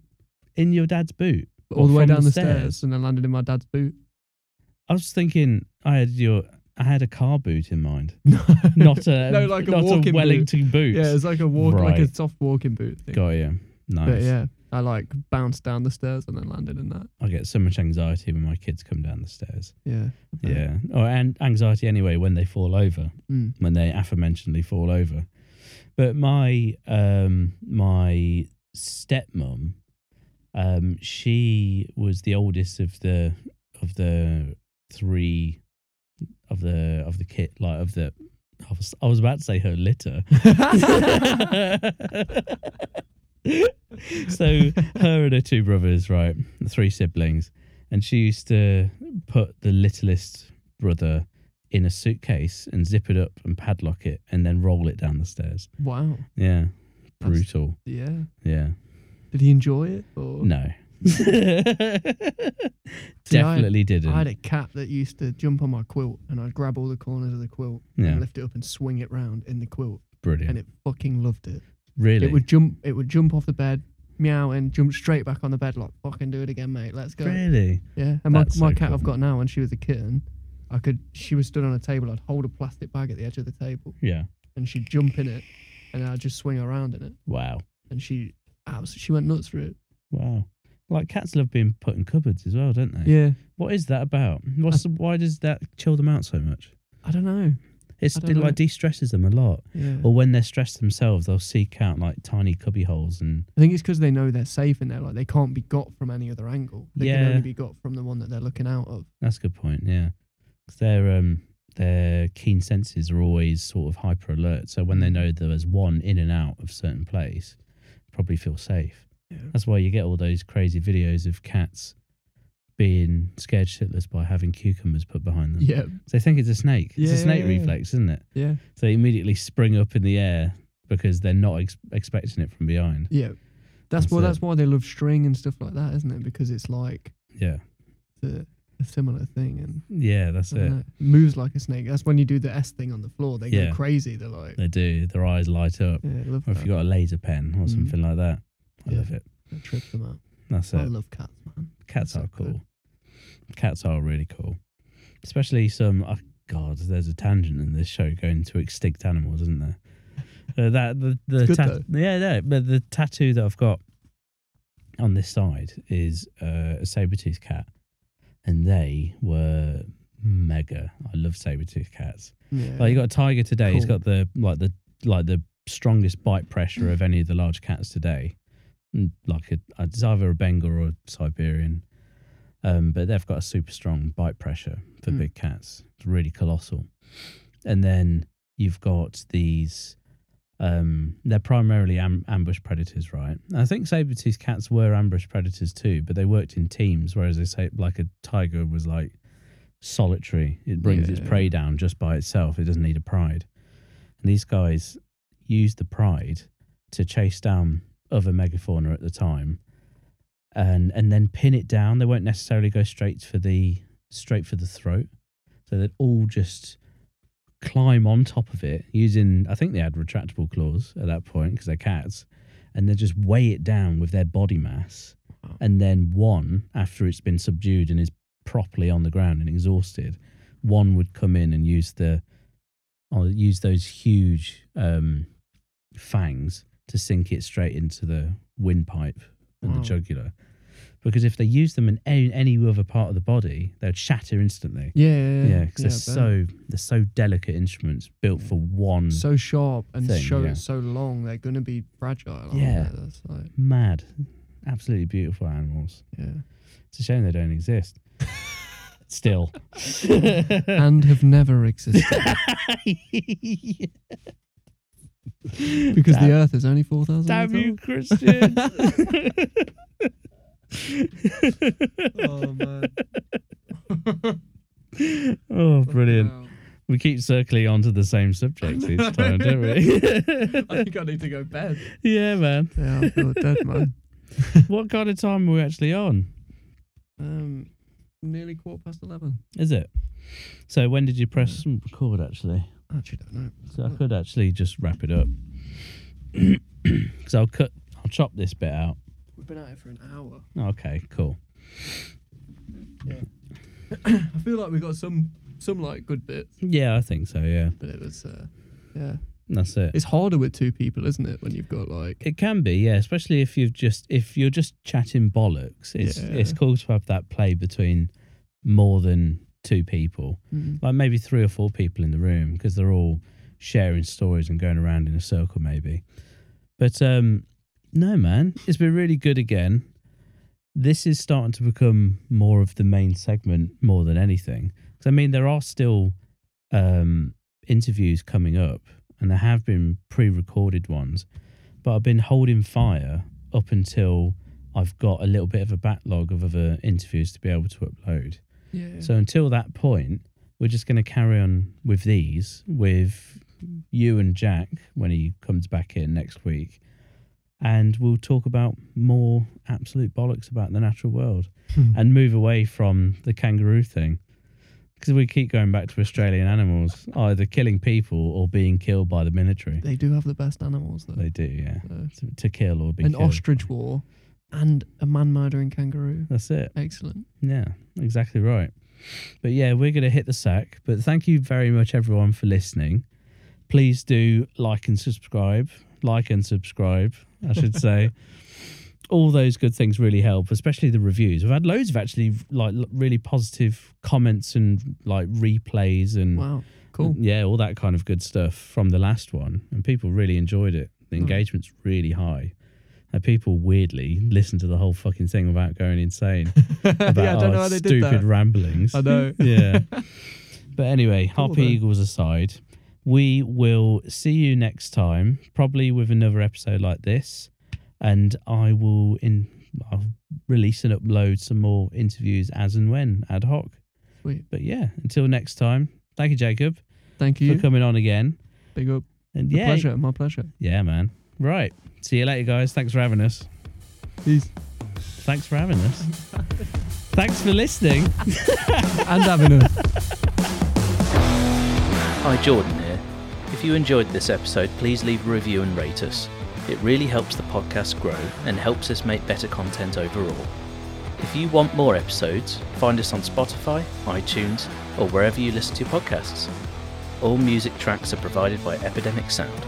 in your dad's boot. all Or the way from down the the stairs. stairs? and I landed in my dad's boot. I was thinking I had your I had a car boot in mind, No, not a No, like a not walking boot. Wellington boot. yeah, it's like a walk, like a Right. soft walking boot thing. Got you. Nice. But yeah, I like bounced down the stairs and then landed in that. I get so much anxiety when my kids come down the stairs. Yeah. Yeah, or an- anxiety anyway when they fall over, Mm. when they aforementionedly fall over. But my um my stepmom, um, she was the oldest of the of the three of the of the kit like of the. I was, I was about to say her litter. so her and her two brothers, right, three siblings, and she used to put the littlest brother in a suitcase and zip it up and padlock it and then roll it down the stairs. Wow. Yeah, brutal. Yeah. Yeah, Did he enjoy it? Or no, definitely didn't. I had a cat that used to jump on my quilt, and I'd grab all the corners of the quilt yeah, and lift it up and swing it round in the quilt, brilliant. and it fucking loved it. really, It would jump. It would jump off the bed, meow, and jumped straight back on the bed like, fucking do it again, mate. Let's go. Really? Yeah. And my, That's my so cat cool. I've got now, when she was a kitten, I could, she was stood on a table. I'd hold a plastic bag at the edge of the table Yeah. and she'd jump in it and I'd just swing around in it. Wow. And she, absolutely, she went nuts for it. Wow. Like cats love being put in cupboards as well, don't they? Yeah. What is that about? What's the, why does that chill them out so much? I don't know. It's I it don't know. like de-stresses them a lot. Yeah. Or when they're stressed themselves, they'll seek out like tiny cubby holes and I think it's because they know they're safe in there. Like they can't be got from any other angle. They can Yeah. only be got from the one that they're looking out of. that's a good point. Yeah, 'Cause their um their keen senses are always sort of hyper alert. So Mm. when they know there's one in and out of certain place, probably feel safe. Yeah. That's why you get all those crazy videos of cats being scared shitless by having cucumbers put behind them. Yeah. They think it's a snake. It's a Yeah, snake yeah, yeah. reflex, isn't it? Yeah. So they immediately spring up in the air because they're not ex- expecting it from behind. Yeah. That's, That's why it. that's why they love string and stuff like that, isn't it? Because it's like Yeah. the, a similar thing and Yeah, that's I don't it. know, moves like a snake. That's when you do the S thing on the floor. They Yeah. go crazy. They're like, They do. Their eyes light up. yeah, I love Or if that. you got a laser pen or Mhm. something like that. I Yeah. love it. That trips them out. That's I it. love cats, man. Cats so are good. cool. Cats are really cool. Especially some. Oh God, there's a tangent in this show going to extinct animals, isn't there? Uh, that the the good tat- yeah no, but the tattoo that I've got on this side is uh, a saber toothed cat, and they were mega. I love saber toothed cats. Yeah. Like you got a tiger today. He's Cool. got the like the like the strongest bite pressure of any of the large cats today. Mm, Like a, it's either a Bengal or a Siberian, um, but they've got a super strong bite pressure for Mm. big cats. It's really colossal. And then you've got these. Um, they're primarily am- ambush predators, right? I think saber-toothed cats were ambush predators too, but they worked in teams. Whereas they say, like a tiger was like solitary. It brings its Yeah. prey down just by itself. It doesn't need a pride. And these guys used the pride to chase down other megafauna at the time, and and then pin it down. They won't necessarily go straight for the straight for the throat. So they'd all just climb on top of it using. I think they had retractable claws at that point because they're cats, and they just weigh it down with their body mass. Wow. And then one, after it's been subdued and is properly on the ground and exhausted, one would come in and use the or use those huge um, fangs to sink it straight into the windpipe and Wow. the jugular. Because if they used them in any, any other part of the body, they'd shatter instantly. yeah, yeah, yeah. Yeah, because Yeah, I bet. they're so they're so delicate instruments built for one so sharp and thing, so yeah. so long. They're gonna be fragile. aren't Yeah. they? that's like mad, absolutely beautiful animals. yeah. It's a shame they don't exist. Still. and have never existed because the Earth is only four thousand. Damn you, Christian. oh, Oh man! Oh, brilliant. We keep circling onto the same subject each time, don't I we? think I need to go to bed. yeah, man. Yeah, I feel dead, man. What kind of time are we actually on? Um, nearly quarter past eleven. Is it? So, when did you press record actually? I actually don't know. So, I could actually just wrap it up. Because I'll cut, I'll chop this bit out. We've been out here for an hour. Okay, cool. I feel like we got some some like good bits, Yeah, I think so, yeah. but it was uh, yeah. That's it. It's harder with two people, isn't it? When you've got like It can be, yeah, especially if you've just if you're just chatting bollocks. It's Yeah. it's cool to have that play between more than two people, Mm. like maybe three or four people in the room because they're all sharing stories and going around in a circle, maybe. But um, no, man, it's been really good again. This is starting to become more of the main segment more than anything. 'Cause, I mean, there are still um, interviews coming up, and there have been pre-recorded ones, but I've been holding fire up until I've got a little bit of a backlog of other interviews to be able to upload. yeah. So until that point, we're just going to carry on with these with you and Jack when he comes back in next week. And we'll talk about more absolute bollocks about the natural world and move away from the kangaroo thing. Because we keep going back to Australian animals, either killing people or being killed by the military. They do have the best animals, though. They do, yeah. So, To, to kill or be an killed. ostrich war and a man murdering kangaroo. That's it. Excellent. Yeah, exactly right. But yeah, we're going to hit the sack. But thank you very much, everyone, for listening. Please do like and subscribe. Like and subscribe, I should say. All those good things really help, especially the reviews. We've had loads of actually like l- really positive comments and like replays and Wow. Cool. Mm, yeah, all that kind of good stuff from the last one, and people really enjoyed it. The Mm. engagement's really high. And people weirdly listen to the whole fucking thing without going insane about yeah, I don't our know how they stupid did that. ramblings. I know. yeah. But anyway, Cool, Harpy though. Eagles aside, we will see you next time, probably with another episode like this, and I will in I'll release and upload some more interviews as and when ad hoc. Sweet. But yeah, until next time, thank you, Jacob, Thank for you. coming on again. Big up. And My yeah, pleasure. My pleasure. yeah, man. Right. See you later, guys. Thanks for having us. Peace. Thanks for having us. Thanks for listening. and having a Hi, Jordan here. If you enjoyed this episode, please leave a review and rate us. It really helps the podcast grow and helps us make better content overall. If you want more episodes, find us on Spotify, iTunes, or wherever you listen to podcasts. All music tracks are provided by Epidemic Sound.